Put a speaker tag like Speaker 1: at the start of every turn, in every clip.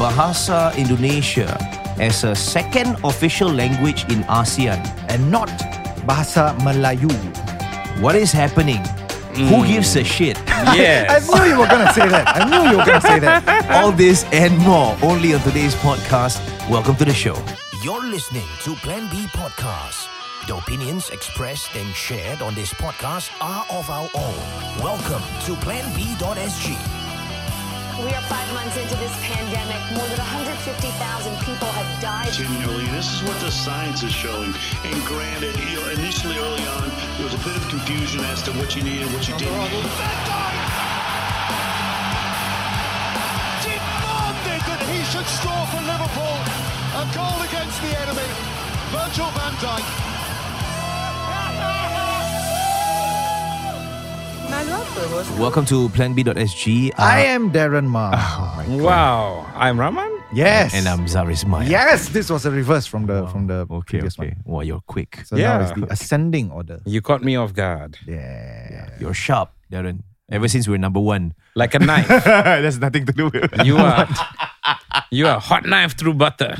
Speaker 1: Bahasa Indonesia as a second official language in ASEAN and not
Speaker 2: Bahasa Melayu.
Speaker 1: what is happening? Who gives a shit?
Speaker 2: I
Speaker 3: Yes.
Speaker 2: knew Hmm. you were going to say that. I knew you were going to say that.
Speaker 1: All this and more only on today's podcast. Welcome to the show. You're listening to Plan B Podcast. The opinions expressed and shared on this podcast are of our own. Welcome to planb.sg.
Speaker 4: We are five months into this pandemic. More than 150,000 people have died.
Speaker 5: continually. This is what the science is showing. And granted, you know, initially early on, there was a bit of confusion as to what you needed, what you didn't. need.
Speaker 6: demanded that he should score for Liverpool. A goal against the enemy. Virgil van Dijk.
Speaker 1: Welcome to planb.sg. Uh, oh
Speaker 2: I am Darren Ma.
Speaker 3: Wow. I'm Rahman.
Speaker 2: yes.
Speaker 1: and I'm Zaris Maya.
Speaker 2: Yes, this was a reverse from the from the
Speaker 1: Okay,
Speaker 2: previous
Speaker 1: okay.
Speaker 2: one.
Speaker 1: Wow, you're quick.
Speaker 2: So now
Speaker 3: Yeah.
Speaker 2: it's the ascending order.
Speaker 3: You caught me off guard.
Speaker 2: Yeah.
Speaker 1: You're sharp, Darren. Ever since we're number one.
Speaker 3: Like a knife.
Speaker 2: That's nothing to do with.
Speaker 3: you are you are hot knife through butter.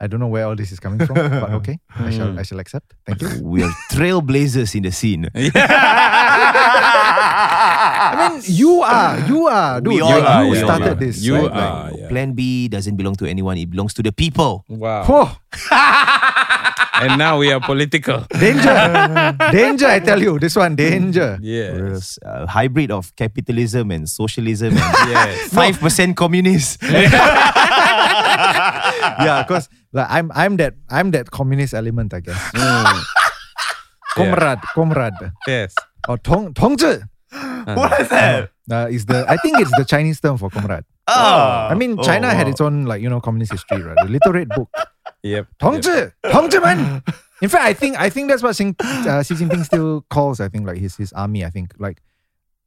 Speaker 2: I don't know where all this is coming from, but okay,
Speaker 1: Hmm.
Speaker 2: I shall I shall accept. Thank you.
Speaker 1: We are trailblazers in the scene.
Speaker 2: I mean, you are, you are, dude.
Speaker 1: We all
Speaker 2: you
Speaker 1: are,
Speaker 2: you
Speaker 1: we all
Speaker 2: started
Speaker 1: are.
Speaker 2: this.
Speaker 3: You
Speaker 2: right?
Speaker 3: are.
Speaker 2: Like,
Speaker 3: yeah.
Speaker 1: Plan B doesn't belong to anyone, it belongs to the people.
Speaker 3: Wow.
Speaker 2: Whoa,
Speaker 3: and now we are political.
Speaker 2: danger, danger! I tell you, this one danger.
Speaker 3: Yes.
Speaker 1: A uh, hybrid of capitalism and socialism and
Speaker 3: Yes.
Speaker 1: 5% communist.
Speaker 2: Yeah, because like I'm, I'm that, I'm that communist element, I guess.
Speaker 1: Hmm.
Speaker 3: Yeah.
Speaker 2: Comrade, comrade,
Speaker 3: Yes.
Speaker 2: or Oh, tong, tongzhi.
Speaker 1: what is that?
Speaker 2: Uh, is the I think it's the Chinese term for comrade.
Speaker 1: Oh.
Speaker 2: I mean, China had its own like you know communist history, right? The Little Red Book.
Speaker 3: Yep. Yep.
Speaker 2: Tongzhi, Tongzhi man. In fact, I think I think that's what Xing, uh, Xi Jinping still calls. I think like his his army. I think like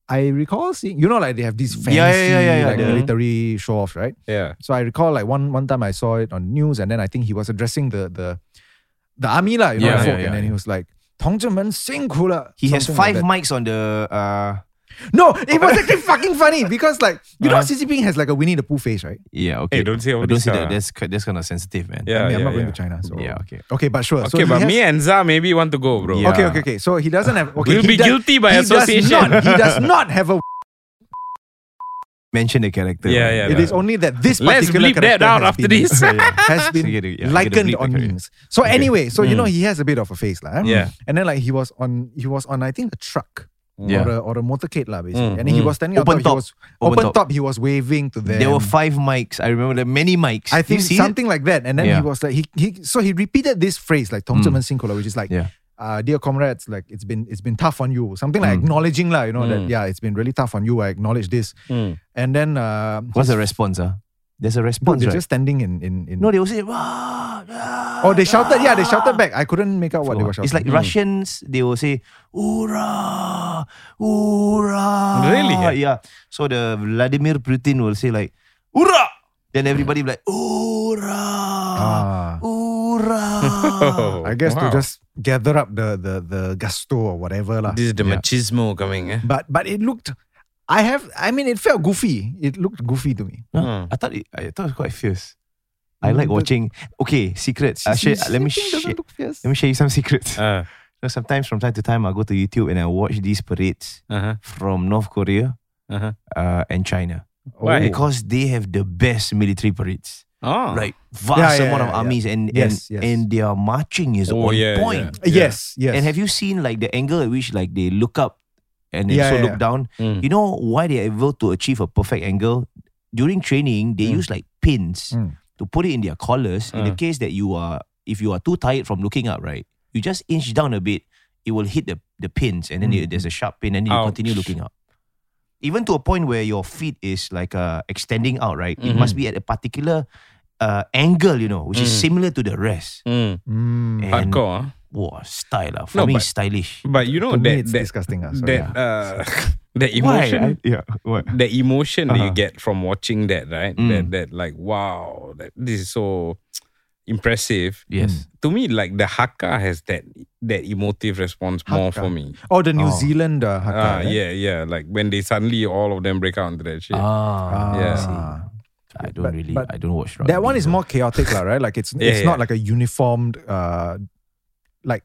Speaker 2: I recall seeing you know like they have these fancy
Speaker 1: yeah, yeah, yeah,
Speaker 2: like
Speaker 1: yeah.
Speaker 2: military show offs, right?
Speaker 3: Yeah.
Speaker 2: So I recall like one one time I saw it on news, and then I think he was addressing the the the army lah, you know,
Speaker 3: Yeah,
Speaker 2: the
Speaker 3: yeah,
Speaker 2: folk,
Speaker 1: yeah,
Speaker 2: and then he was like. Tongzhi man, sing kula.
Speaker 1: He has
Speaker 2: Something like
Speaker 1: five
Speaker 2: that.
Speaker 1: mics on the. Uh,
Speaker 2: No, it was actually fucking funny because, like, you
Speaker 3: Uh-huh.
Speaker 2: know, Xi Jinping has like a Winnie the Pooh face, right?
Speaker 1: yeah, okay.
Speaker 3: Hey, don't say all
Speaker 1: But don't
Speaker 3: this,
Speaker 1: say
Speaker 3: uh,
Speaker 1: that. That's, ki- that's kind of sensitive, man.
Speaker 3: Yeah.
Speaker 2: I mean, I'm not going
Speaker 3: yeah.
Speaker 2: to China, so
Speaker 1: Yeah, okay.
Speaker 2: Okay, but sure. so
Speaker 3: Okay,
Speaker 2: he
Speaker 3: but
Speaker 2: has-
Speaker 3: me and Za maybe want to go, bro.
Speaker 1: Yeah.
Speaker 2: Okay, okay, okay. So he doesn't have. Okay,
Speaker 3: We'll be
Speaker 2: he does-
Speaker 3: guilty by
Speaker 2: he
Speaker 3: association.
Speaker 2: Does not, he does not have a.
Speaker 1: Mention the character.
Speaker 3: Yeah, yeah,
Speaker 2: It is only that this
Speaker 3: Let's
Speaker 2: particular
Speaker 3: bleep
Speaker 2: character
Speaker 3: that out
Speaker 2: has
Speaker 3: after
Speaker 2: been-
Speaker 3: this.
Speaker 2: has been
Speaker 1: So you gotta- yeah, you
Speaker 2: likened
Speaker 1: gotta bleep
Speaker 2: on
Speaker 1: that, yeah.
Speaker 2: memes. So
Speaker 1: Okay.
Speaker 2: anyway, so you know he has a bit of a face, lah. eh?
Speaker 3: Mm. Yeah.
Speaker 2: And then like he was on, he was on I think a truck.
Speaker 1: Yeah.
Speaker 2: Or, a, or a motorcade lah,
Speaker 3: Mm,
Speaker 2: basically. and then he was standing
Speaker 1: Open
Speaker 2: on
Speaker 1: top.
Speaker 2: He was,
Speaker 1: Open
Speaker 2: open
Speaker 1: top.
Speaker 2: top. He was waving to them.
Speaker 1: There were five mics. I remember there were many mics.
Speaker 2: I
Speaker 1: You
Speaker 2: think
Speaker 1: see it?
Speaker 2: something like that. And then
Speaker 1: Yeah. Hmm.
Speaker 2: he was like, he, he so he repeated this phrase like Tong mm. Sinkola, which is like,
Speaker 1: Yeah.
Speaker 2: uh, dear comrades, like it's been it's been tough on you. Something
Speaker 1: Hmm.
Speaker 2: like acknowledging lah, you know that yeah, it's been really tough on you. I acknowledge this.
Speaker 1: Hmm.
Speaker 2: And then uh,
Speaker 1: What's the response? Uh? There's a
Speaker 2: dude,
Speaker 1: response.
Speaker 2: they're
Speaker 1: right?
Speaker 2: just standing in in, in
Speaker 1: no, they also say, "Wah, ah,
Speaker 2: Oh, they shouted. Yeah, they
Speaker 1: ah."
Speaker 2: shouted back. I couldn't make out what they Hmm. were shouting.
Speaker 1: It's like Russians, they will say, Ura! Ura!
Speaker 3: Really?
Speaker 1: Yeah. So the Vladimir Putin will say like, Ura! Then everybody will like, Ura!
Speaker 2: Ah,
Speaker 1: Ura!
Speaker 2: I guess
Speaker 3: Oh. Wow.
Speaker 2: to just uh, gather up the the the gusto or whatever lah.
Speaker 3: This is the machismo coming, eh?
Speaker 2: But but it looked, I have. I mean, it felt goofy. It looked goofy to me.
Speaker 1: Huh? I thought it, I thought it was quite fierce. I like watching. Okay, secrets. I share, let me
Speaker 2: Sleeping
Speaker 1: share,
Speaker 2: doesn't look fierce.
Speaker 1: let me share you some secrets.
Speaker 3: Uh,
Speaker 1: You know, sometimes from time to time I go to YouTube and I watch these parades
Speaker 3: uh-huh.
Speaker 1: from North Korea
Speaker 3: Uh-huh.
Speaker 1: uh, and China
Speaker 2: Oh.
Speaker 3: Why?
Speaker 1: because they have the best military parades.
Speaker 3: Oh.
Speaker 1: like vast
Speaker 2: Yeah, yeah,
Speaker 1: amount
Speaker 2: yeah,
Speaker 1: of
Speaker 2: yeah.
Speaker 1: armies and
Speaker 2: Yes,
Speaker 1: and,
Speaker 2: yes.
Speaker 1: and their marching is
Speaker 3: Oh,
Speaker 1: on
Speaker 3: yeah,
Speaker 1: point.
Speaker 3: yeah.
Speaker 2: Yes, yes.
Speaker 1: And have you seen like the angle at which like they look up and then
Speaker 2: Yeah,
Speaker 1: so
Speaker 2: yeah,
Speaker 1: look
Speaker 2: yeah.
Speaker 1: down?
Speaker 3: Mm.
Speaker 1: You know why they're able to achieve a perfect angle? During training, they
Speaker 3: Hmm.
Speaker 1: use like pins
Speaker 2: Mm.
Speaker 1: to put it in their collars. In the
Speaker 3: Mm.
Speaker 1: case that you are if you are too tired from looking up, right? You just inch down a bit, it will hit the, the pins and then you- there's a sharp pin and then you continue
Speaker 3: Hmm. Ouch.
Speaker 1: looking up. Even to a point where your feet is like uh, extending out, right? It
Speaker 3: Hmm.
Speaker 1: must be at a particular uh, angle, you know, which is similar to the rest.
Speaker 3: Mm.
Speaker 1: And
Speaker 2: Mm.
Speaker 3: Hmm. Hardcore. huh?
Speaker 1: wow, style lah. For
Speaker 3: No,
Speaker 1: me,
Speaker 3: but-
Speaker 1: it's stylish.
Speaker 3: But you know
Speaker 2: To
Speaker 3: that,
Speaker 2: me, it's
Speaker 3: that,
Speaker 2: disgusting. ah,
Speaker 3: that,
Speaker 2: sorry.
Speaker 3: uh, that emotion.
Speaker 1: yeah. What?
Speaker 3: the emotion that
Speaker 1: Uh-huh.
Speaker 3: you get from watching that, right?
Speaker 1: Mm.
Speaker 3: That that like wow, that this is so impressive. Mm.
Speaker 1: Yes.
Speaker 3: To me, like the haka has that that emotive response more
Speaker 2: Hakka.
Speaker 3: for me.
Speaker 2: Oh, the New
Speaker 1: Oh.
Speaker 2: Zealand uh, Hakka.
Speaker 3: Ah,
Speaker 2: right? Uh-huh.
Speaker 3: yeah, yeah. Like when they suddenly all of them break out into that shit.
Speaker 1: Ah.
Speaker 2: Ah,
Speaker 3: Yeah.
Speaker 1: I see. I don't
Speaker 2: But-
Speaker 1: really.
Speaker 2: but
Speaker 1: I don't watch rugby.
Speaker 2: That one is
Speaker 1: so-
Speaker 2: more chaotic, lah, right? Like it's
Speaker 3: Yeah,
Speaker 2: it's
Speaker 3: yeah.
Speaker 2: not like a uniformed, uh, like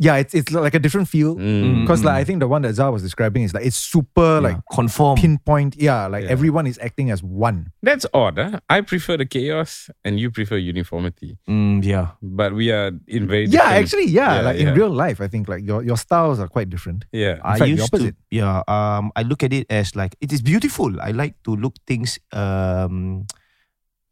Speaker 2: yeah, it's it's like a different feel.
Speaker 3: Mm.
Speaker 2: Because like I think the one that Zah was describing is like it's super
Speaker 1: yeah,
Speaker 2: like
Speaker 1: conform.
Speaker 2: pinpoint. Yeah, like
Speaker 3: Yeah.
Speaker 2: everyone is acting as one.
Speaker 3: That's odd. Huh? I prefer the chaos and you prefer uniformity.
Speaker 1: Mm, yeah.
Speaker 3: But we are in very
Speaker 2: Yeah,
Speaker 3: different-
Speaker 2: actually, yeah.
Speaker 3: Yeah,
Speaker 2: like
Speaker 3: yeah.
Speaker 2: in real life, I think like your your styles are quite different.
Speaker 3: Yeah.
Speaker 1: I
Speaker 2: fact, the
Speaker 1: used to
Speaker 2: opposite.
Speaker 1: yeah um I look at it as like it is beautiful I like to look things um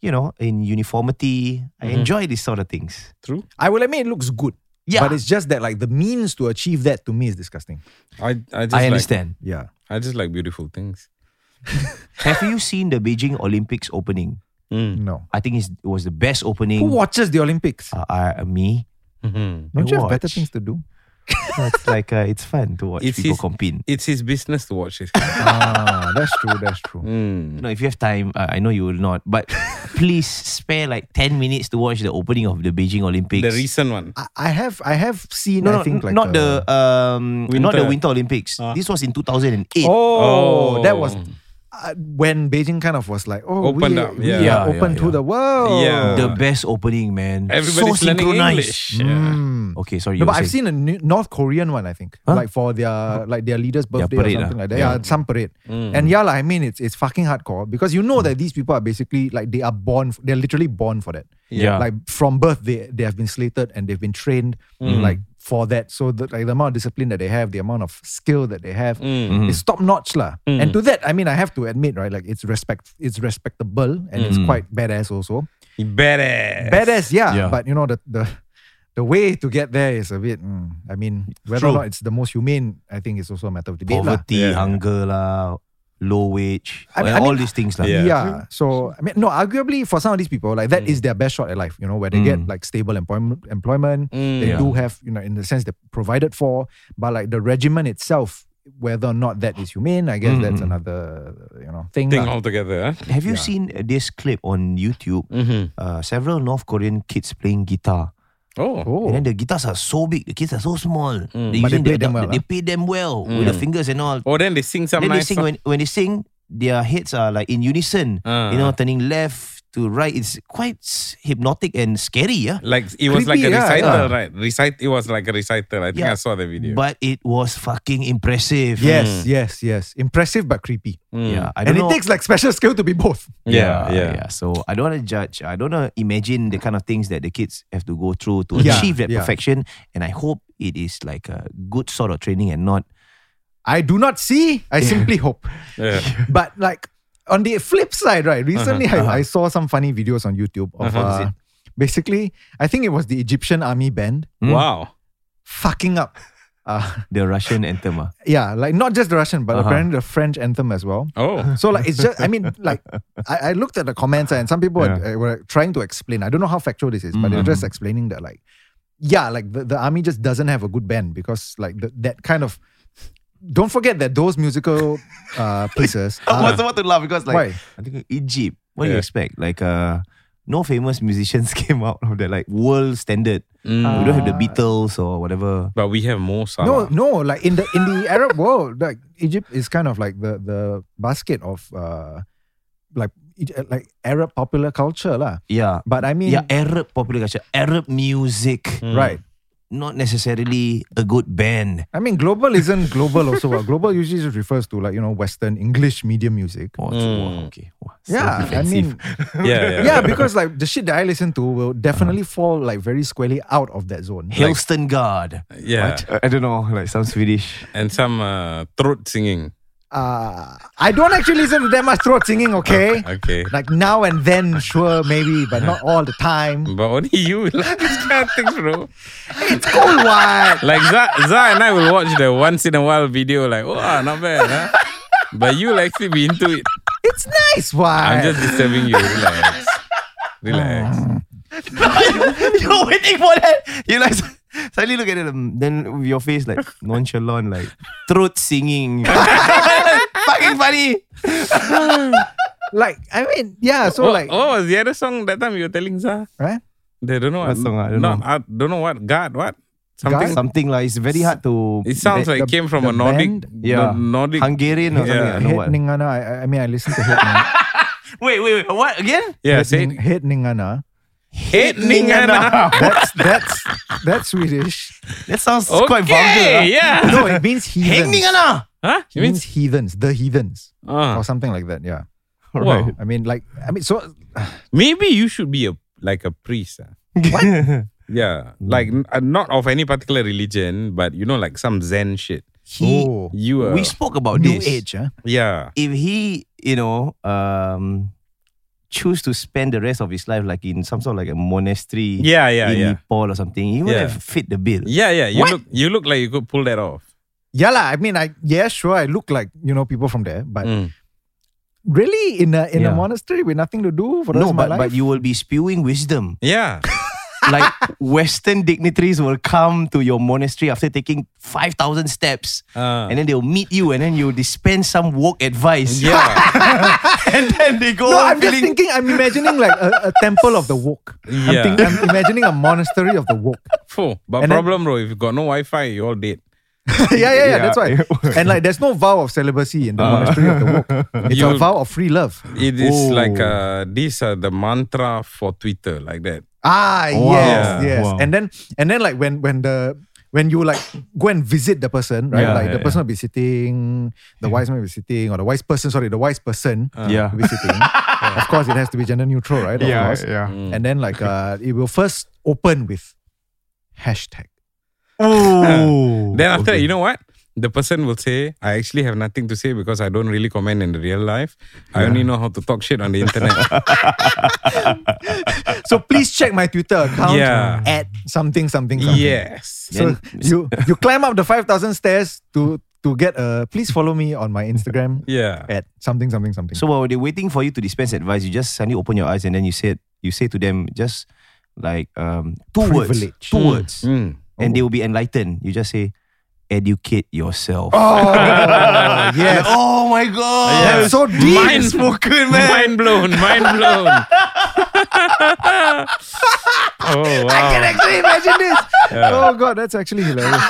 Speaker 1: you know in uniformity I enjoy these sort of things
Speaker 3: True.
Speaker 2: I will admit it looks good.
Speaker 1: Yeah.
Speaker 2: But it's just that like the means to achieve that to me is disgusting.
Speaker 3: I I just
Speaker 1: I
Speaker 3: Like,
Speaker 1: understand
Speaker 2: Yeah.
Speaker 3: I just like beautiful things.
Speaker 1: have you seen the Beijing Olympics opening
Speaker 3: Mm.
Speaker 2: No.
Speaker 1: I think it's, it was the best
Speaker 2: Who
Speaker 1: opening
Speaker 2: watches the Olympics?
Speaker 1: uh, uh, me
Speaker 3: Mhm.
Speaker 2: Don't
Speaker 1: I
Speaker 2: you have better
Speaker 1: watch.
Speaker 2: things to do?
Speaker 1: it's like uh, it's fun to watch
Speaker 3: It's
Speaker 1: people
Speaker 3: his-
Speaker 1: compete
Speaker 3: It's his business to watch this. kind of-
Speaker 2: ah, that's true. That's true.
Speaker 3: Mm.
Speaker 1: you know if you have time uh, I know you will not but please spare like 10 minutes to watch the opening of the Beijing Olympics
Speaker 3: The recent one.
Speaker 2: I, I have I have seen.
Speaker 1: no, no,
Speaker 2: I think like uh,
Speaker 1: not
Speaker 2: a-
Speaker 1: the um, not the Winter Olympics.
Speaker 3: Ah.
Speaker 1: This was in 2008.
Speaker 2: Oh, that was
Speaker 3: Oh.
Speaker 2: uh, when Beijing kind of was like, oh,
Speaker 3: Opened
Speaker 2: we,
Speaker 3: up,
Speaker 2: we
Speaker 3: yeah.
Speaker 2: are
Speaker 1: Yeah,
Speaker 2: open
Speaker 1: yeah,
Speaker 2: to
Speaker 1: yeah.
Speaker 2: the world.
Speaker 3: Yeah.
Speaker 1: the best opening, man.
Speaker 3: Everybody's
Speaker 1: so
Speaker 3: learning
Speaker 1: synchronized.
Speaker 3: English. Yeah.
Speaker 2: Mm.
Speaker 1: Okay, sorry.
Speaker 2: No,
Speaker 1: you
Speaker 2: but
Speaker 1: were
Speaker 2: I've
Speaker 1: saying.
Speaker 2: seen a new North Korean one, I think,
Speaker 1: Huh?
Speaker 2: like for their like their leader's birthday
Speaker 1: parade,
Speaker 2: or something
Speaker 1: ah.
Speaker 2: like that.
Speaker 1: Yeah. Hmm.
Speaker 2: Yeah, some parade. And yeah, lah, I mean, it's it's fucking hardcore because you know that these people are basically like they are born, f- they're literally born for that.
Speaker 1: Yeah.
Speaker 2: like from birth they they have been slated and they've been trained
Speaker 1: Hmm.
Speaker 2: like for that. So the, like the amount of discipline that they have, the amount of skill that they have,
Speaker 1: Hmm.
Speaker 2: it's top notch lah. And to that, I mean, I have to admit, right? Like it's respect, it's respectable and it's
Speaker 1: Hmm.
Speaker 2: quite badass also.
Speaker 3: Badass.
Speaker 2: Badass, yeah,
Speaker 1: Yeah.
Speaker 2: But you know the the the way to get there is a bit. mm, I mean, whether
Speaker 1: True.
Speaker 2: or not it's the most humane, I think it's also a matter of debate lah.
Speaker 1: poverty, hunger, lah, low wage,
Speaker 2: I mean-
Speaker 1: and
Speaker 2: I
Speaker 1: all
Speaker 2: mean-
Speaker 1: these things, lah.
Speaker 2: Yeah.
Speaker 3: Yeah.
Speaker 2: So I mean, no, arguably for some of these people, like
Speaker 1: Mm.
Speaker 2: that is their best shot at life. You know, where they get like stable employment, employment.
Speaker 3: Mm.
Speaker 2: they
Speaker 1: Mm, Yeah.
Speaker 2: do have, you know, in the sense they're provided for, but like the regimen itself, whether or not that is humane, I guess that's
Speaker 1: Mm-hmm.
Speaker 2: another, you know, thing.
Speaker 3: Thing
Speaker 2: lah.
Speaker 3: altogether. huh?
Speaker 1: Have you seen uh, this clip on YouTube? Uh, several North Korean kids playing guitar,
Speaker 3: Oh.
Speaker 2: oh,
Speaker 1: and then the guitars are so big, the kids are so small. They,
Speaker 3: Mm.
Speaker 2: But they
Speaker 1: using
Speaker 2: play
Speaker 1: the-
Speaker 2: them well,
Speaker 1: they
Speaker 2: ah.
Speaker 1: play them well with the fingers and all.
Speaker 3: Oh, then they sing some
Speaker 1: then they
Speaker 3: nice
Speaker 1: sing
Speaker 3: song.
Speaker 1: when, when they sing, their heads are like in unison.
Speaker 3: Ah.
Speaker 1: You know, turning left to right. It's quite s- hypnotic and scary, yeah.
Speaker 3: Like it was like a
Speaker 2: Creepy, yeah,
Speaker 3: recital,
Speaker 2: yeah.
Speaker 3: right? Recite. It was like a recital. I think
Speaker 1: Yeah.
Speaker 3: I saw the video.
Speaker 1: But it was fucking impressive.
Speaker 2: yes, yes, yes, impressive but creepy.
Speaker 3: Mm.
Speaker 1: Yeah, Mm. I
Speaker 2: And
Speaker 1: don't
Speaker 2: it
Speaker 1: know.
Speaker 2: takes like special skill to be both.
Speaker 3: Yeah, yeah.
Speaker 1: So I don't want to judge. I don't want to imagine the kind of things that the kids have to go through to
Speaker 2: Yeah,
Speaker 1: achieve that
Speaker 2: yeah.
Speaker 1: perfection. And I hope it is like a good sort of training and not.
Speaker 2: I do not see. I simply hope.
Speaker 3: Yeah.
Speaker 2: But like on the flip side, right? Recently,
Speaker 1: Uh-huh,
Speaker 2: I, I saw some funny videos on YouTube of uh, basically, I think it was the Egyptian army band
Speaker 3: Wow.
Speaker 2: fucking up. Uh,
Speaker 1: The Russian anthem. ah.
Speaker 2: yeah, like not just the Russian, but
Speaker 1: Uh-huh.
Speaker 2: apparently the French anthem as well.
Speaker 3: Oh.
Speaker 2: So like it's just I mean like I, I looked at the comments and some people were, uh, were trying to explain. I don't know how factual this is, but they're
Speaker 1: Mm-hmm.
Speaker 2: just explaining that like yeah, like the, the army just doesn't have a good band because like the, that kind of don't forget that those musical uh, pieces
Speaker 1: I
Speaker 2: are,
Speaker 1: was about to laugh because like
Speaker 2: Why?
Speaker 1: Ah. I think Egypt. What do you
Speaker 3: Yeah.
Speaker 1: expect? Like uh no famous musicians came out of that like world standard. We don't have
Speaker 3: Ah.
Speaker 1: the Beatles or whatever.
Speaker 3: Mm. But we have more
Speaker 2: no
Speaker 3: Salah.
Speaker 2: no like in the in the Arab world like Egypt is kind of like the the basket of uh, like Egy- like Arab popular culture lah.
Speaker 1: Yeah.
Speaker 2: But I mean
Speaker 1: yeah, Mm. Arab popular culture, Arab music,
Speaker 3: Hmm.
Speaker 2: right.
Speaker 1: not necessarily a good band.
Speaker 2: I mean, global isn't global also. Well, global usually just refers to like, you know, Western English media music.
Speaker 1: Oh,
Speaker 3: Hmm.
Speaker 1: it's- wow, okay. Wow, so
Speaker 2: yeah, I
Speaker 1: defensive.
Speaker 2: mean,
Speaker 3: Yeah. Yeah.
Speaker 2: yeah, because like the shit that I listen to will definitely fall like very squarely out of that zone. Like,
Speaker 1: Hillston Guard.
Speaker 3: Yeah.
Speaker 1: I don't know, like some Swedish.
Speaker 3: And some uh, throat singing.
Speaker 2: uh, I don't actually listen to that much throat singing, okay?
Speaker 3: Okay.
Speaker 2: Like now and then, sure, maybe, but not all the time.
Speaker 3: But only you like these kind of things, bro.
Speaker 2: It's cool, what?
Speaker 3: Like Za, Za and I will watch the once in a while video, like, wow, not bad, huh? But you'll actually be into it.
Speaker 2: It's nice,
Speaker 3: I'm
Speaker 2: what?
Speaker 3: just disturbing you. Relax. Relax.
Speaker 1: Ah. You're waiting for that. You like suddenly look at it, um, then with your face like nonchalant, like throat singing. Fucking funny.
Speaker 2: like, I mean, yeah, so
Speaker 3: oh,
Speaker 2: like,
Speaker 3: oh, was the other song that time you were telling Za?
Speaker 2: right?
Speaker 3: They don't know
Speaker 1: What song? I don't
Speaker 3: no,
Speaker 1: know.
Speaker 3: I don't know what. God, what? Something.
Speaker 1: Something like it's very hard to.
Speaker 3: It sounds like it
Speaker 2: the-
Speaker 3: came from
Speaker 2: the
Speaker 3: a Nordic,
Speaker 2: band?
Speaker 1: yeah,
Speaker 3: Nordic.
Speaker 1: Hungarian or something.
Speaker 3: Yeah.
Speaker 1: I don't know what.
Speaker 2: Hit Ningana, I, I mean, I listen to Hit Ningana.
Speaker 1: Wait, wait, wait. What again?
Speaker 3: Yeah,
Speaker 2: Head
Speaker 3: say
Speaker 2: Ning- Head Ningana.
Speaker 3: it. Ningana.
Speaker 2: That's that's that's Swedish.
Speaker 1: That sounds quite vulgar.
Speaker 3: Okay, yeah.
Speaker 2: No, it means heathens.
Speaker 1: Hengningarna.
Speaker 3: Huh?
Speaker 2: It means heathens, the heathens,
Speaker 3: Uh,
Speaker 2: or something like that. Yeah.
Speaker 3: wow.
Speaker 2: I mean, like, I mean, so
Speaker 3: Maybe you should be a like a priest. ah. Yeah, like n- uh, not of any particular religion, but you know, like some Zen shit.
Speaker 1: He,
Speaker 2: Oh.
Speaker 3: You uh, are.
Speaker 1: we spoke about
Speaker 2: new
Speaker 1: this.
Speaker 2: age, huh?
Speaker 3: yeah.
Speaker 1: If he, you know, um, choose to spend the rest of his life like in some sort of like a monastery
Speaker 3: Yeah, yeah,
Speaker 1: in
Speaker 3: yeah.
Speaker 1: Nepal or something, he would
Speaker 3: Yeah.
Speaker 1: have fit the bill.
Speaker 3: Yeah, yeah. You
Speaker 1: What?
Speaker 3: look you look like you could pull that off.
Speaker 2: Yeah, lah. I mean, I yeah, sure. I look like you know people from there, but
Speaker 3: Mm.
Speaker 2: really in a in a
Speaker 1: Yeah.
Speaker 2: monastery with nothing to do for the
Speaker 1: No,
Speaker 2: rest of my
Speaker 1: but,
Speaker 2: life.
Speaker 1: but you will be spewing wisdom.
Speaker 3: Yeah.
Speaker 1: like Western dignitaries will come to your monastery after taking five thousand steps,
Speaker 3: Ah.
Speaker 1: and then they'll meet you, and then you dispense some work advice.
Speaker 3: Yeah.
Speaker 1: and then they go.
Speaker 2: no,
Speaker 1: on
Speaker 2: I'm just
Speaker 1: feeling-
Speaker 2: thinking. I'm imagining like a, a temple of the woke.
Speaker 3: Yeah.
Speaker 2: I'm, think- I'm imagining a monastery of the woke.
Speaker 3: Fuh, But
Speaker 2: And then-
Speaker 3: problem, bro, if you got no Wi Fi, you all dead.
Speaker 2: yeah, yeah, yeah, That's why.
Speaker 1: Yeah. Uh-huh.
Speaker 2: And like, there's no vow of celibacy in the monastery of the woke. It's a
Speaker 3: You-
Speaker 2: vow of free love.
Speaker 3: It is
Speaker 1: Oh.
Speaker 3: like uh these are the mantra for Twitter, like that.
Speaker 2: Ah,
Speaker 1: Wow.
Speaker 2: yes,
Speaker 3: Yeah.
Speaker 2: yes.
Speaker 1: Wow.
Speaker 2: And then and then like when when the when you like go and visit the person, right?
Speaker 1: Yeah,
Speaker 2: like
Speaker 1: yeah,
Speaker 2: the person will be sitting, the wise man will be sitting, or the wise person, sorry, the wise person
Speaker 3: Uh.
Speaker 1: Yeah.
Speaker 2: will be sitting. Of course, it has to be gender neutral, right? Of course.
Speaker 1: yeah.
Speaker 3: Mm.
Speaker 2: And then like uh it will first open with hashtag.
Speaker 1: Oh.
Speaker 3: Then after that, you know what? The person will say, I actually have nothing to say because I don't really comment in real life. I only know how to talk shit on the internet.
Speaker 2: So please check my Twitter account
Speaker 3: Yeah.
Speaker 2: at something something something.
Speaker 3: yes.
Speaker 2: So you you climb up the five thousand stairs to to get a please follow me on my Instagram
Speaker 3: Yeah.
Speaker 2: at something something something.
Speaker 1: So while they're waiting for you to dispense advice, you just suddenly open your eyes and then you said you say to them just like um two words,
Speaker 2: Privilege.
Speaker 1: two words,
Speaker 3: Mm.
Speaker 1: and
Speaker 2: Oh.
Speaker 1: they will be enlightened. You just say, educate yourself.
Speaker 2: Oh, yes.
Speaker 1: Oh my god!
Speaker 3: Yeah.
Speaker 2: That's so deep.
Speaker 3: Mind spoken, man. Mind blown. Mind blown. oh wow.
Speaker 2: actually imagine this. Oh god, that's actually hilarious.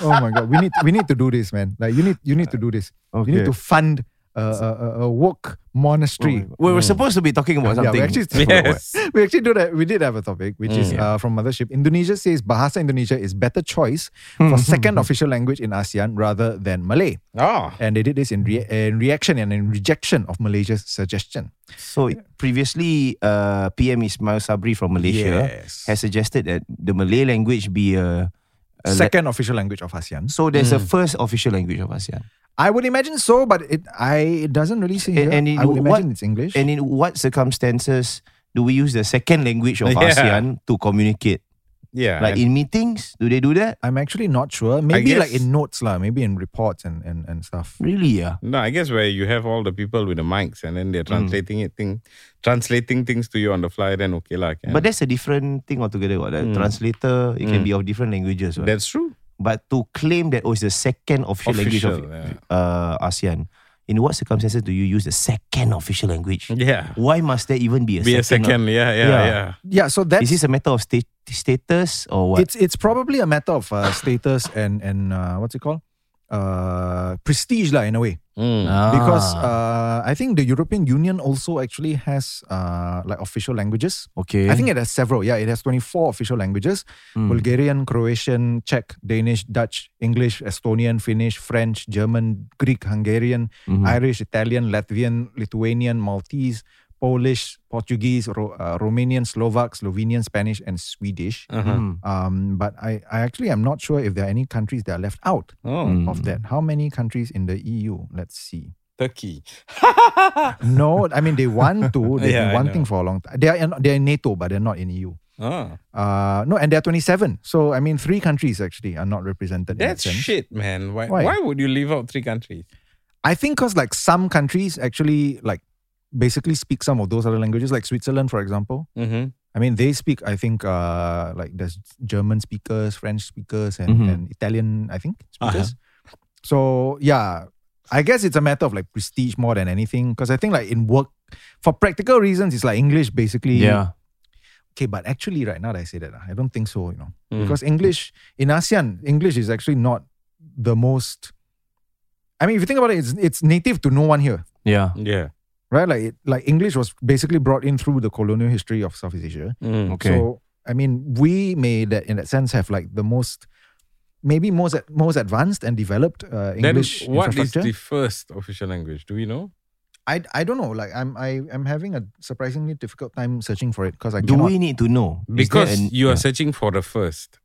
Speaker 2: oh my god, we need we need to do this, man. Like you need you need to do this. You need
Speaker 1: Okay. Oh,
Speaker 2: to fund a a, a, a work monastery.
Speaker 1: We were supposed to be talking about
Speaker 2: Mm.
Speaker 1: something.
Speaker 2: Yeah, we actually
Speaker 3: Yes.
Speaker 2: we actually do that. We did have a topic, which is uh, from Mothership. Indonesia says Bahasa Indonesia is better choice for second official language in ASEAN rather than Malay,
Speaker 3: Oh.
Speaker 2: and they did this in, rea- in reaction and in rejection of Malaysia's suggestion.
Speaker 1: So previously, uh, PM Ismail Sabri from Malaysia
Speaker 3: Yes.
Speaker 1: has suggested that the Malay language be a, a la-
Speaker 2: Second official language of ASEAN.
Speaker 1: so there's
Speaker 2: Mm.
Speaker 1: a first official language of ASEAN.
Speaker 2: I would imagine so, but it I it doesn't really say here.
Speaker 1: And- and in
Speaker 2: I would
Speaker 1: what-
Speaker 2: imagine it's English.
Speaker 1: And in what circumstances do we use the second language of
Speaker 3: Yeah.
Speaker 1: ASEAN to communicate?
Speaker 3: Yeah.
Speaker 1: Like in meetings, do they do that?
Speaker 2: I'm actually not sure. Maybe like
Speaker 3: guess-
Speaker 2: in notes, lah. Maybe in reports and, and, and stuff.
Speaker 1: Really? Yeah.
Speaker 3: No, I guess where you have all the people with the mics and then they're translating it thing, translating things to you on the fly. Then okay lah. can.
Speaker 1: But that's a different thing altogether. What? The translator, it can be of different languages. What?
Speaker 3: that's true.
Speaker 1: But to claim that oh, it's the second official,
Speaker 3: Official,
Speaker 1: language of uh, ASEAN, in what circumstances do you use the second official language?
Speaker 3: Yeah.
Speaker 1: Why must there even be a
Speaker 3: Be a
Speaker 1: second?
Speaker 3: second. Yeah, yeah, yeah.
Speaker 1: Yeah.
Speaker 2: Yeah, so that's
Speaker 1: Is this a matter of sta- status or what?
Speaker 2: it's it's probably a matter of uh, status and and uh, what's it called? Uh, prestige, lah, in a way.
Speaker 3: Mm.
Speaker 1: Ah.
Speaker 2: Because uh, I think the European Union also actually has uh, like official languages.
Speaker 1: okay, Hmm.
Speaker 2: I think it has several. Yeah, it has 24 official languages Bulgarian, Croatian, Czech, Danish, Dutch, English, Estonian, Finnish, French, German, Greek, Hungarian,
Speaker 1: Mm-hmm.
Speaker 2: Irish, Italian, Latvian, Lithuanian, Maltese, Polish, Portuguese, Ro- uh, Romanian, Slovak, Slovenian, Spanish, and Swedish.
Speaker 1: Hmm.
Speaker 2: Um, but I, I actually am not sure if there are any countries that are left out
Speaker 3: Oh,
Speaker 1: Hmm.
Speaker 2: of that. How many countries in the EU? Let's see.
Speaker 3: Turkey.
Speaker 2: No, I mean they want to. They've
Speaker 3: Yeah, I
Speaker 2: been wanting
Speaker 3: know.
Speaker 2: for a long time. They are in, they are in NATO, but they're not in EU.
Speaker 3: Oh,
Speaker 2: Uh, no, and they're 27. So I mean, three countries actually are not represented.
Speaker 3: that's
Speaker 2: in that sense.
Speaker 3: shit, man. Why, why?
Speaker 2: Why?
Speaker 3: would you leave out three countries?
Speaker 2: I think because like some countries actually like basically speak some of those other languages, like Switzerland, for example.
Speaker 3: Mm-hmm.
Speaker 2: I mean, they speak. I think uh, like there's German speakers, French speakers, and,
Speaker 1: Mhm.
Speaker 2: and Italian. I think speakers. So yeah, I guess it's a matter of like prestige more than anything. Because I think like in work, for practical reasons, it's like English basically.
Speaker 1: yeah,
Speaker 2: Okay, but actually, right now that I say that, I don't think so. You know,
Speaker 3: Mm.
Speaker 2: because English in ASEAN, English is actually not the most. I mean, if you think about it, it's it's native to no one here.
Speaker 1: yeah.
Speaker 3: Yeah.
Speaker 2: right? Like it, like English was basically brought in through the colonial history of Southeast Asia.
Speaker 3: Mm. Hmm.
Speaker 1: Okay.
Speaker 2: So I mean, we may that in that sense have like the most, maybe most ad- most advanced and developed uh,
Speaker 3: Then
Speaker 2: English
Speaker 3: what is
Speaker 2: infrastructure.
Speaker 3: the first official language? Do we know?
Speaker 2: I I don't know. Like I'm I I'm having a surprisingly difficult time searching for it because I
Speaker 1: Do
Speaker 2: cannot.
Speaker 1: we need to know? Is there
Speaker 3: Because
Speaker 1: an-
Speaker 3: you are
Speaker 1: yeah.
Speaker 3: searching for the first.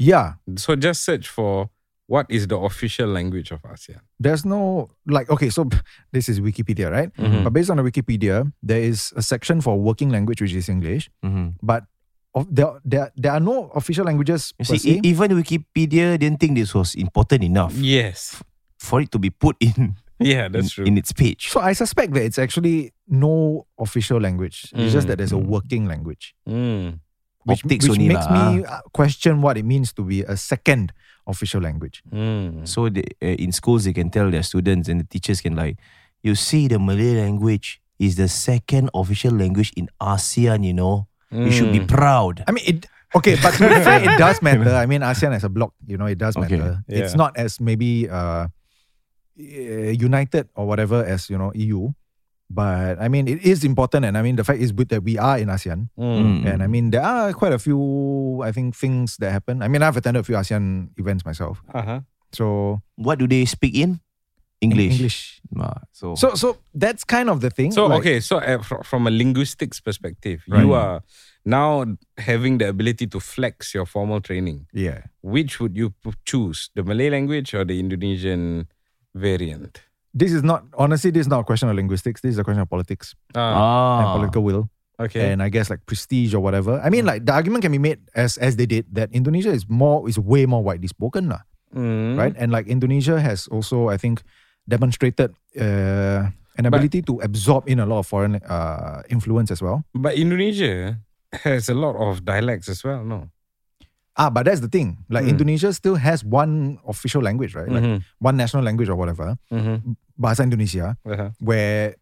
Speaker 2: Yeah,
Speaker 3: So just search for what is the official language of ASEAN.
Speaker 2: there's no like okay. So this is Wikipedia, right?
Speaker 1: Mm-hmm.
Speaker 2: But based on the Wikipedia, there is a section for working language which is English,
Speaker 1: Mhm.
Speaker 2: but. Of, there, there, there are no official languages.
Speaker 1: You
Speaker 2: per
Speaker 1: see, e-
Speaker 2: se.
Speaker 1: even Wikipedia didn't think this was important enough
Speaker 3: Yes.
Speaker 1: for it to be put in
Speaker 3: Yeah,
Speaker 1: in,
Speaker 3: that's true.
Speaker 1: in its page.
Speaker 2: So I suspect that it's actually no official language. It's
Speaker 1: Mm.
Speaker 2: just that there's a working language,
Speaker 3: Mm.
Speaker 2: which,
Speaker 1: Optics
Speaker 2: which
Speaker 1: only
Speaker 2: makes
Speaker 1: lah.
Speaker 2: me uh, question what it means to be a second official language.
Speaker 3: Mm.
Speaker 1: So they, uh, in schools, they can tell their students and the teachers can like, you see, the Malay language is the second official language in ASEAN. You know, you should
Speaker 3: mm,
Speaker 1: be
Speaker 3: Hmm.
Speaker 1: proud.
Speaker 2: I mean, it okay, but to be fair, it does matter. I mean, ASEAN as a bloc, you know, it does
Speaker 1: Okay.
Speaker 2: matter. It's
Speaker 3: Yeah.
Speaker 2: not as maybe uh, eh, united or whatever as you know EU, but I mean, it is important, and I mean, the fact is good that we are in ASEAN.
Speaker 3: Mm.
Speaker 2: And I mean, there are quite a few, I think, things that happen. I mean, I've attended a few ASEAN events myself.
Speaker 3: Uh-huh.
Speaker 2: So,
Speaker 1: What do they speak in? English.
Speaker 2: English.
Speaker 1: Ah, so,
Speaker 2: So so that's kind of the thing.
Speaker 3: So
Speaker 2: like-
Speaker 3: okay, so uh, fr- from a linguistics perspective, you are now having the ability to flex your formal training.
Speaker 2: Yeah.
Speaker 3: Which would you p- choose, the Malay language or the Indonesian variant?
Speaker 2: This is not honestly, this is not a question of linguistics. This is a question of politics
Speaker 3: Ah,
Speaker 2: and
Speaker 1: ah,
Speaker 2: political will.
Speaker 3: okay.
Speaker 2: And I guess like prestige or whatever. I mean, like the argument can be made as as they did that Indonesia is more is way more widely spoken, lah,
Speaker 3: Mm.
Speaker 2: right? And like Indonesia has also, I think, demonstrated uh, an ability to absorb in a lot of foreign uh, influence as well.
Speaker 3: But Indonesia has a lot of dialects as well, no?
Speaker 2: Ah, but that's the thing. Like Indonesia still has one official language, right?
Speaker 1: Mm-hmm,
Speaker 2: Like one national language or whatever,
Speaker 3: Mm-hmm.
Speaker 2: Bahasa Indonesia.
Speaker 3: Uh-huh.
Speaker 2: where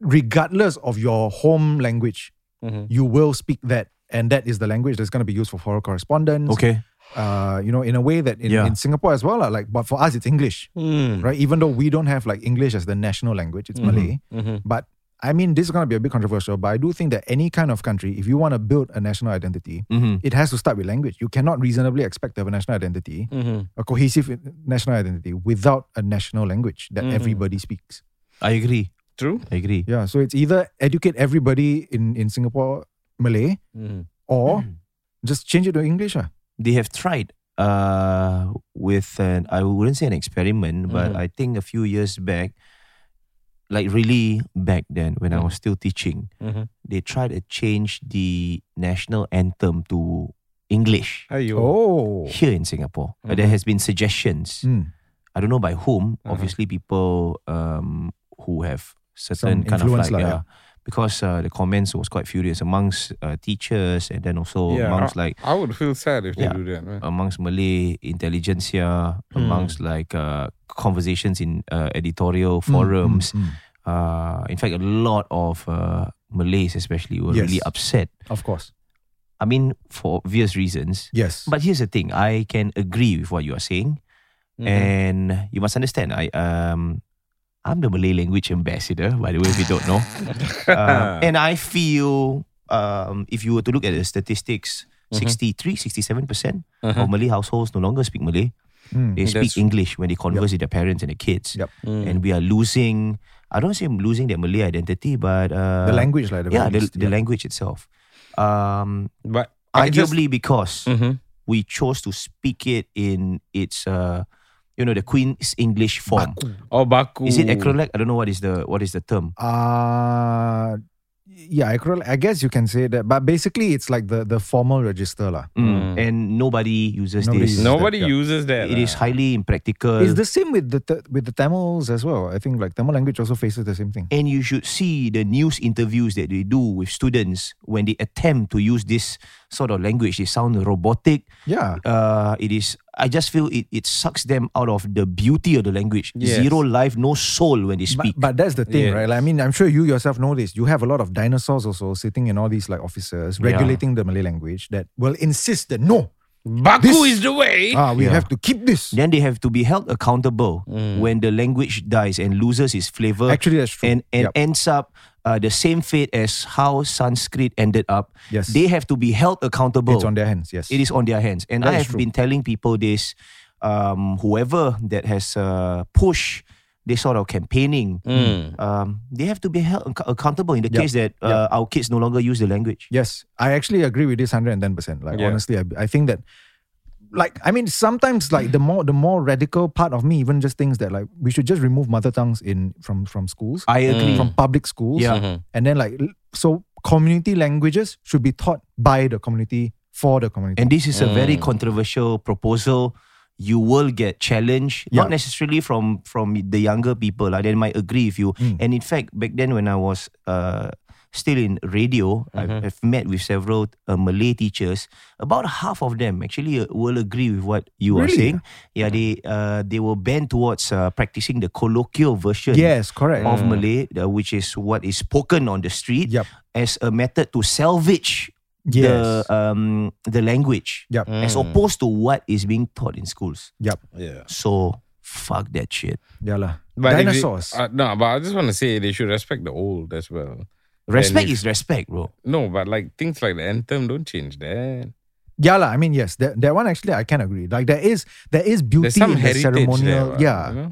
Speaker 2: regardless of your home language,
Speaker 3: Mhm.
Speaker 2: you will speak that. And that is the language that's going to be used for foreign correspondence.
Speaker 1: okay.
Speaker 2: Uh, you know, in a way that in,
Speaker 1: Yeah.
Speaker 2: in Singapore as well, lah, like, but for us, it's English,
Speaker 3: Mm.
Speaker 2: right? Even though we don't have like English as the national language, it's Malay.
Speaker 1: Mm-hmm,
Speaker 3: Mhm.
Speaker 2: But I mean, this is going to be a bit controversial, but I do think that any kind of country, if you want to build a national identity,
Speaker 1: Mhm.
Speaker 2: it has to start with language. You cannot reasonably expect to have a national identity,
Speaker 1: mm-hmm.
Speaker 3: Mhm.
Speaker 2: a cohesive national identity, without a national language that everybody speaks.
Speaker 1: I agree.
Speaker 3: True.
Speaker 1: I agree.
Speaker 2: Yeah, so it's either educate everybody in, in Singapore Malay
Speaker 1: Mm-hmm.
Speaker 3: Mm.
Speaker 2: or just change it to English. ah.
Speaker 1: They have tried uh, with an I wouldn't say an experiment, but
Speaker 2: Mm-hmm.
Speaker 1: I think a few years back, like really back then when I
Speaker 2: Mm.
Speaker 1: was still teaching,
Speaker 3: Mhm.
Speaker 2: Mm-hmm.
Speaker 1: they tried to change the national anthem to English
Speaker 3: Aiyo.
Speaker 2: Oh.
Speaker 1: here in Singapore. Uh, There has been suggestions.
Speaker 2: Mm-hmm. Mm. Uh-huh.
Speaker 1: I don't know by whom. Obviously, people um, who have certain
Speaker 2: Some
Speaker 1: kind of
Speaker 2: influence
Speaker 1: like
Speaker 2: lah,
Speaker 1: yeah, because uh, the comments was quite furious amongst uh, teachers and then also
Speaker 3: Yeah,
Speaker 1: amongst
Speaker 3: I,
Speaker 1: like
Speaker 3: I would feel sad if they
Speaker 1: Yeah. Uh,
Speaker 3: do that. man.
Speaker 1: amongst Malay intelligentsia, amongst like uh, conversations in uh, editorial
Speaker 2: Hmm,
Speaker 1: forums. Uh, in fact, a lot of uh, Malays, especially, were
Speaker 2: Yes.
Speaker 1: really upset.
Speaker 2: Of course.
Speaker 1: I mean, for obvious reasons.
Speaker 2: Yes.
Speaker 1: But here's the thing: I can agree with what you are saying, and you must understand. I um, I'm the Malay language ambassador, by the way, if you don't know. Um, and I feel, um, if you were to look at the statistics, 63, 67 percent of Malay households no longer speak Malay.
Speaker 2: Mm.
Speaker 1: They speak
Speaker 3: That's-
Speaker 1: English when they converse with their parents and their kids,
Speaker 2: Yep.
Speaker 1: and we are losing. I don't say losing their Malay identity, but uh,
Speaker 2: the language, like the
Speaker 1: yeah, the,
Speaker 2: language,
Speaker 1: the language itself. Um,
Speaker 3: But I just-
Speaker 1: arguably Mm-hmm. because
Speaker 3: Mhm.
Speaker 1: we chose to speak it in its uh you know the queen's english form
Speaker 3: Oh, Baku.
Speaker 1: is it acrylic i don't know what is the what is the term
Speaker 2: Uh, yeah, I, could- I guess you can say that. But basically, it's like the, the formal register. lah.
Speaker 1: Mm. and nobody uses
Speaker 2: Nobody
Speaker 1: this
Speaker 2: uses
Speaker 3: Nobody
Speaker 2: Yeah.
Speaker 3: uses that.
Speaker 1: it is
Speaker 3: lah.
Speaker 1: highly impractical
Speaker 2: It's the same with the Th- with the Tamils as well. I think like Tamil language also faces the same thing.
Speaker 1: and you should see the news interviews that they do with students when they attempt to use this sort of language they sound robotic
Speaker 2: Yeah.
Speaker 1: uh, it is i just feel it, it sucks them out of the beauty of the language
Speaker 3: Yes.
Speaker 1: zero life no soul when they
Speaker 2: But,
Speaker 1: speak
Speaker 2: but that's the
Speaker 3: Yes.
Speaker 2: thing, right? Like, I mean, I'm sure you yourself know this. You have a lot of dinosaurs also sitting in all these like offices regulating the Malay language that will insist that no,
Speaker 3: Baku is
Speaker 2: This-
Speaker 3: the way.
Speaker 2: Ah, we have to keep this.
Speaker 1: Then they have to be held accountable when the language dies and loses its flavor.
Speaker 2: Actually, that's true.
Speaker 1: And, and
Speaker 2: Yup.
Speaker 1: ends up uh, the same fate as how Sanskrit ended up.
Speaker 2: Yes.
Speaker 1: They have to be held accountable.
Speaker 2: It's on their hands. Yes.
Speaker 1: It is on their hands. And
Speaker 2: That
Speaker 1: I
Speaker 2: is
Speaker 1: have
Speaker 2: true.
Speaker 1: been telling people this. Um, whoever that has uh, pushed this sort of campaigning, um, they have to be held ac- accountable in the
Speaker 2: Yup.
Speaker 1: case that uh, our kids no longer use the language.
Speaker 2: Yes, I actually agree with this hundred and ten percent. Like
Speaker 3: Yeah.
Speaker 2: honestly, I, I think that, like I mean, sometimes like the more the more radical part of me even just thinks that like we should just remove mother tongues in from from schools,
Speaker 1: I agree.
Speaker 2: from public schools,
Speaker 1: Yeah.
Speaker 3: Mm-hmm.
Speaker 2: and then like l- so community languages should be taught by the community for the community.
Speaker 1: And this is a
Speaker 2: Mm.
Speaker 1: very controversial proposal. You will get challenged, not
Speaker 2: Yeah.
Speaker 1: necessarily from from the younger people. Like they might agree with you.
Speaker 2: Mm.
Speaker 1: And in fact, back then when I was uh, still in radio,
Speaker 2: Mm-hmm.
Speaker 1: I've, I've met with several uh, Malay teachers. About half of them actually uh, will agree with what you are saying.
Speaker 2: Really?
Speaker 1: Yeah, they uh, they were bent towards uh, practicing the colloquial version
Speaker 2: yes, correct.
Speaker 1: of Malay, uh, which is what is spoken on the street,
Speaker 2: Yup.
Speaker 1: as a method to salvage
Speaker 2: Yes.
Speaker 1: the um the language,
Speaker 2: Yup.
Speaker 1: as
Speaker 3: Mm.
Speaker 1: opposed to what is being taught in schools.
Speaker 2: Yup.
Speaker 3: Yeah.
Speaker 1: So fuck that shit.
Speaker 2: Yeah lah.
Speaker 3: But if they-
Speaker 2: Dinosaurs.
Speaker 3: uh, no, but I just want to say they should respect the old as well.
Speaker 1: Respect
Speaker 3: if-
Speaker 1: is respect, bro.
Speaker 3: No, but like things like the anthem don't change that.
Speaker 2: yeah lah. I mean, yes, that, that one actually I can agree. Like there is there is beauty
Speaker 3: There's some
Speaker 2: in the
Speaker 3: heritage
Speaker 2: ceremonial.
Speaker 3: there. what,
Speaker 2: yeah.
Speaker 3: you know?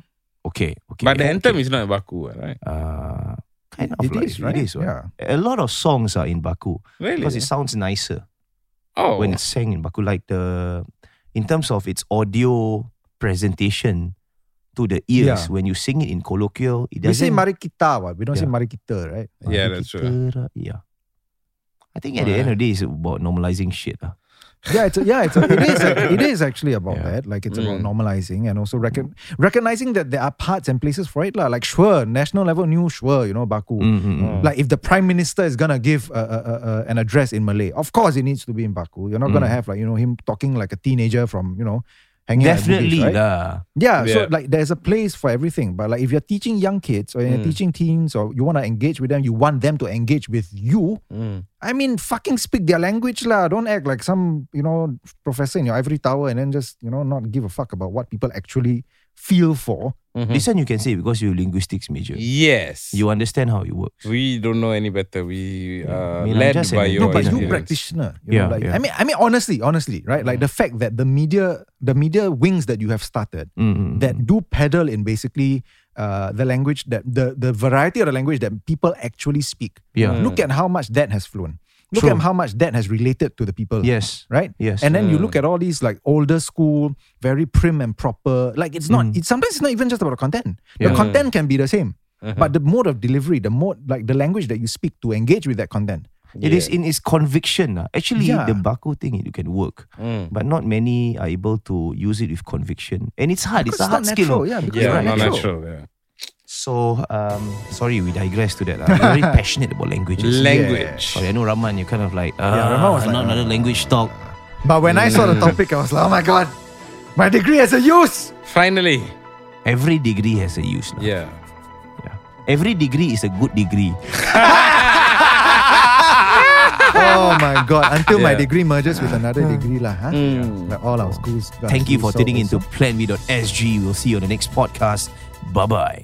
Speaker 1: Okay, okay.
Speaker 3: But the anthem
Speaker 1: okay.
Speaker 3: is not in Baku, right?
Speaker 1: uh, kind of
Speaker 2: It
Speaker 1: like,
Speaker 2: is, right?
Speaker 1: It is, what?
Speaker 2: Yeah.
Speaker 1: A lot of songs are in Baku
Speaker 3: Really?
Speaker 1: because it sounds nicer
Speaker 3: oh,
Speaker 1: when it's sang in Baku. Like the in terms of its audio presentation to the ears
Speaker 2: Yeah.
Speaker 1: when you sing it in colloquial, it
Speaker 2: We say
Speaker 1: doesn't.
Speaker 2: mari kita, what? We don't say
Speaker 1: Yeah.
Speaker 2: mari kita, right?
Speaker 3: yeah, that's true.
Speaker 1: Kita ra- Yeah. I think at the end of the day, it's about normalizing shit. ah.
Speaker 2: Yeah, it's a, yeah, it's a, it is a, it is actually about
Speaker 1: Yeah. Mm.
Speaker 2: that. Like it's about normalizing and also recon, recognizing that there are parts and places for it, lah. Like sure, national level new sure, you know, Baku.
Speaker 1: Mm,
Speaker 3: Oh.
Speaker 1: mm, mm.
Speaker 2: Like if the prime minister is gonna give uh, a, a, a, a- an address in Malay, of course it needs to be in Baku. You're not
Speaker 1: Mm.
Speaker 2: gonna have like you know him talking like a teenager from you know hanging out at
Speaker 1: Definitely
Speaker 2: Bugis, right?
Speaker 1: lah.
Speaker 2: Yeah, so
Speaker 3: Yeah.
Speaker 2: like there's a place for everything. But like if you're teaching young kids or you're teaching teens or you wanna engage with them, you want them to engage with you. I mean, fucking speak their language, lah. Don't act like some, you know, professor in your ivory tower and then just, you know, not give a fuck about what people actually feel for.
Speaker 1: This one you can say because you're linguistics major.
Speaker 3: Yes.
Speaker 1: You understand how it works.
Speaker 3: we don't know any better. We uh,
Speaker 1: I mean, I'm
Speaker 3: led
Speaker 1: just
Speaker 3: by
Speaker 1: an-
Speaker 3: your
Speaker 2: no, but you
Speaker 3: experience.
Speaker 2: practitioner. You know,
Speaker 1: Yeah,
Speaker 2: like,
Speaker 1: yeah.
Speaker 2: I mean, I mean, honestly, honestly, right? Like the fact that the media, the media wings that you have started
Speaker 1: Mm, mm,
Speaker 2: that do peddle in basically uh, the language that the the variety of the language that people actually speak.
Speaker 1: Yeah.
Speaker 2: Look at how much that has flown. Look
Speaker 1: True.
Speaker 2: at how much that has related to the people.
Speaker 1: Yes.
Speaker 2: Right?
Speaker 1: Yes. uh.
Speaker 2: And then you look at all these like older school, very prim and proper. Like it's not it's sometimes it's not even just about the content. The
Speaker 1: Mm. Yeah. Uh-huh.
Speaker 2: content can be the same. But the mode of delivery, the mode like the language that you speak to engage with that content.
Speaker 1: It is in its conviction. ah. Actually,
Speaker 2: Yeah.
Speaker 1: the Baku thing it can work, but not many are able to use it with conviction, and it's hard.
Speaker 2: Because
Speaker 1: it's a
Speaker 2: it's not
Speaker 1: hard skill.
Speaker 2: natural, yeah, because
Speaker 3: yeah,
Speaker 2: Right,
Speaker 3: not
Speaker 2: true.
Speaker 3: natural. Yeah.
Speaker 1: So, um, sorry, we digress to that. ah. We're very passionate about languages.
Speaker 3: Language.
Speaker 1: Sorry, I know Raman. You're kind of like, ah,
Speaker 2: Raman was like,
Speaker 1: not another language talk.
Speaker 2: But when I saw
Speaker 3: Hmm.
Speaker 2: the topic, I was like, oh my god, my degree has a use.
Speaker 3: Finally.
Speaker 1: Every degree has a use. lah.
Speaker 3: Yeah.
Speaker 1: Yeah. Every degree is a good degree.
Speaker 2: oh my god! Until my
Speaker 3: Yeah.
Speaker 2: degree merges with another degree, lah. Huh? Like all our schools.
Speaker 1: Thank you for
Speaker 2: tuning
Speaker 1: tuning into PlanB.sg. We'll see you on the next podcast. Bye bye.